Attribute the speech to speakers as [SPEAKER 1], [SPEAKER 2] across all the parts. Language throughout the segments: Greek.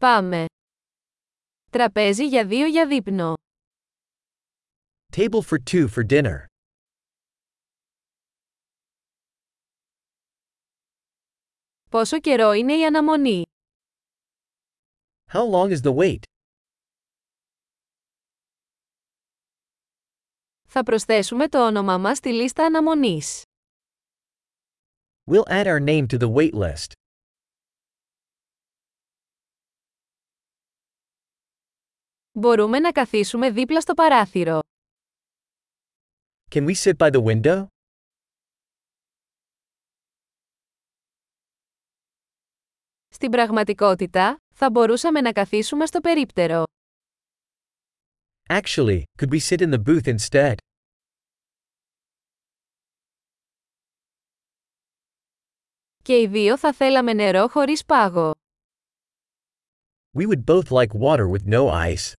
[SPEAKER 1] Πάμε. Τραπέζι για δύο για δείπνο.
[SPEAKER 2] Table for two for dinner.
[SPEAKER 1] Πόσο καιρό είναι η αναμονή.
[SPEAKER 2] How long is the wait?
[SPEAKER 1] Θα προσθέσουμε το όνομά μας στη λίστα αναμονής.
[SPEAKER 2] We'll add our name to the wait list.
[SPEAKER 1] Μπορούμε να καθίσουμε δίπλα στο παράθυρο.
[SPEAKER 2] Can we sit by the window?
[SPEAKER 1] Στην πραγματικότητα, θα μπορούσαμε να καθίσουμε στο περίπτερο.
[SPEAKER 2] Actually, could we sit in the booth instead?
[SPEAKER 1] Και οι δύο θα θέλαμε νερό χωρίς πάγο.
[SPEAKER 2] We would both like water with no ice.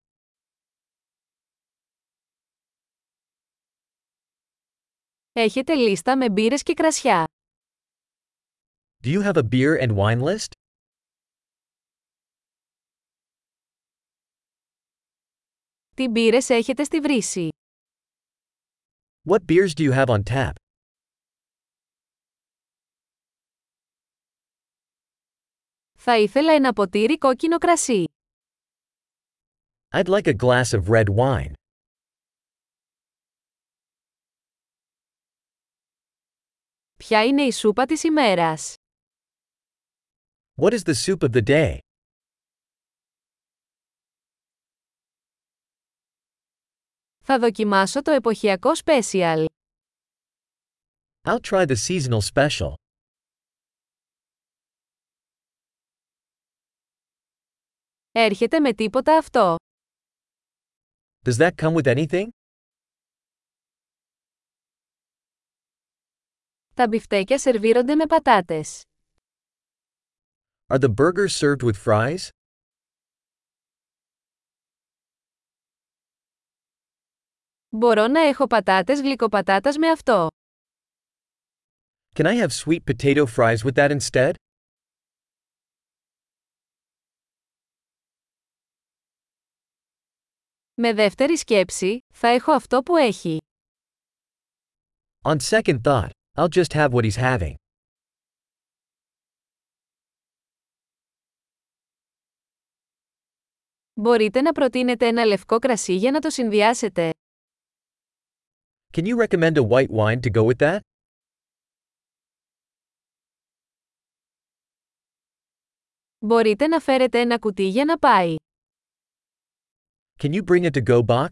[SPEAKER 1] Έχετε λίστα με μπύρες και κρασιά.
[SPEAKER 2] Do you have a beer and wine list?
[SPEAKER 1] Τι μπύρες έχετε στη βρύση.
[SPEAKER 2] What beers do you have on tap?
[SPEAKER 1] Θα ήθελα ένα ποτήρι κόκκινο κρασί.
[SPEAKER 2] I'd like a glass of red wine.
[SPEAKER 1] Ποια είναι η σούπα της ημέρας.
[SPEAKER 2] What is the soup of the day?
[SPEAKER 1] Θα δοκιμάσω το εποχιακό special.
[SPEAKER 2] I'll try the seasonal special.
[SPEAKER 1] Έρχεται με τίποτα αυτό.
[SPEAKER 2] Does that come with anything?
[SPEAKER 1] Τα μπιφτέκια σερβίρονται με πατάτες.
[SPEAKER 2] Are the burgers served with fries?
[SPEAKER 1] Μπορώ να έχω πατάτες γλυκοπατάτας με αυτό.
[SPEAKER 2] Can I have sweet potato fries with that instead?
[SPEAKER 1] Με δεύτερη σκέψη, θα έχω αυτό που έχει.
[SPEAKER 2] On second thought, I'll just have what he's having.
[SPEAKER 1] Μπορείτε να προτείνετε ένα λευκό κρασί για να το συνδυάσετε.
[SPEAKER 2] Can you recommend a white wine to go with that?
[SPEAKER 1] Μπορείτε να φέρετε ένα κουτί για να πάει.
[SPEAKER 2] Can you bring a to go box?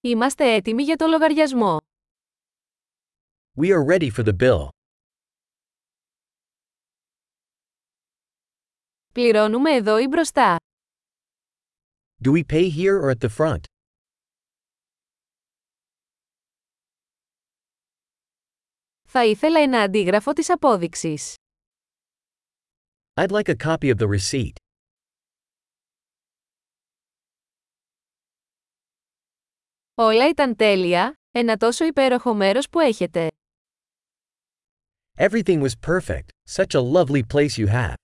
[SPEAKER 1] Είμαστε έτοιμοι για το λογαριασμό.
[SPEAKER 2] We are ready for the bill.
[SPEAKER 1] Πληρώνουμε εδώ ή μπροστά.
[SPEAKER 2] Do we pay here or at the front?
[SPEAKER 1] Θα ήθελα ένα αντίγραφο της απόδειξης.
[SPEAKER 2] I'd like a copy of the receipt.
[SPEAKER 1] Όλα ήταν τέλεια, ένα τόσο υπέροχο μέρος που έχετε.
[SPEAKER 2] Everything was perfect, such a lovely place you have.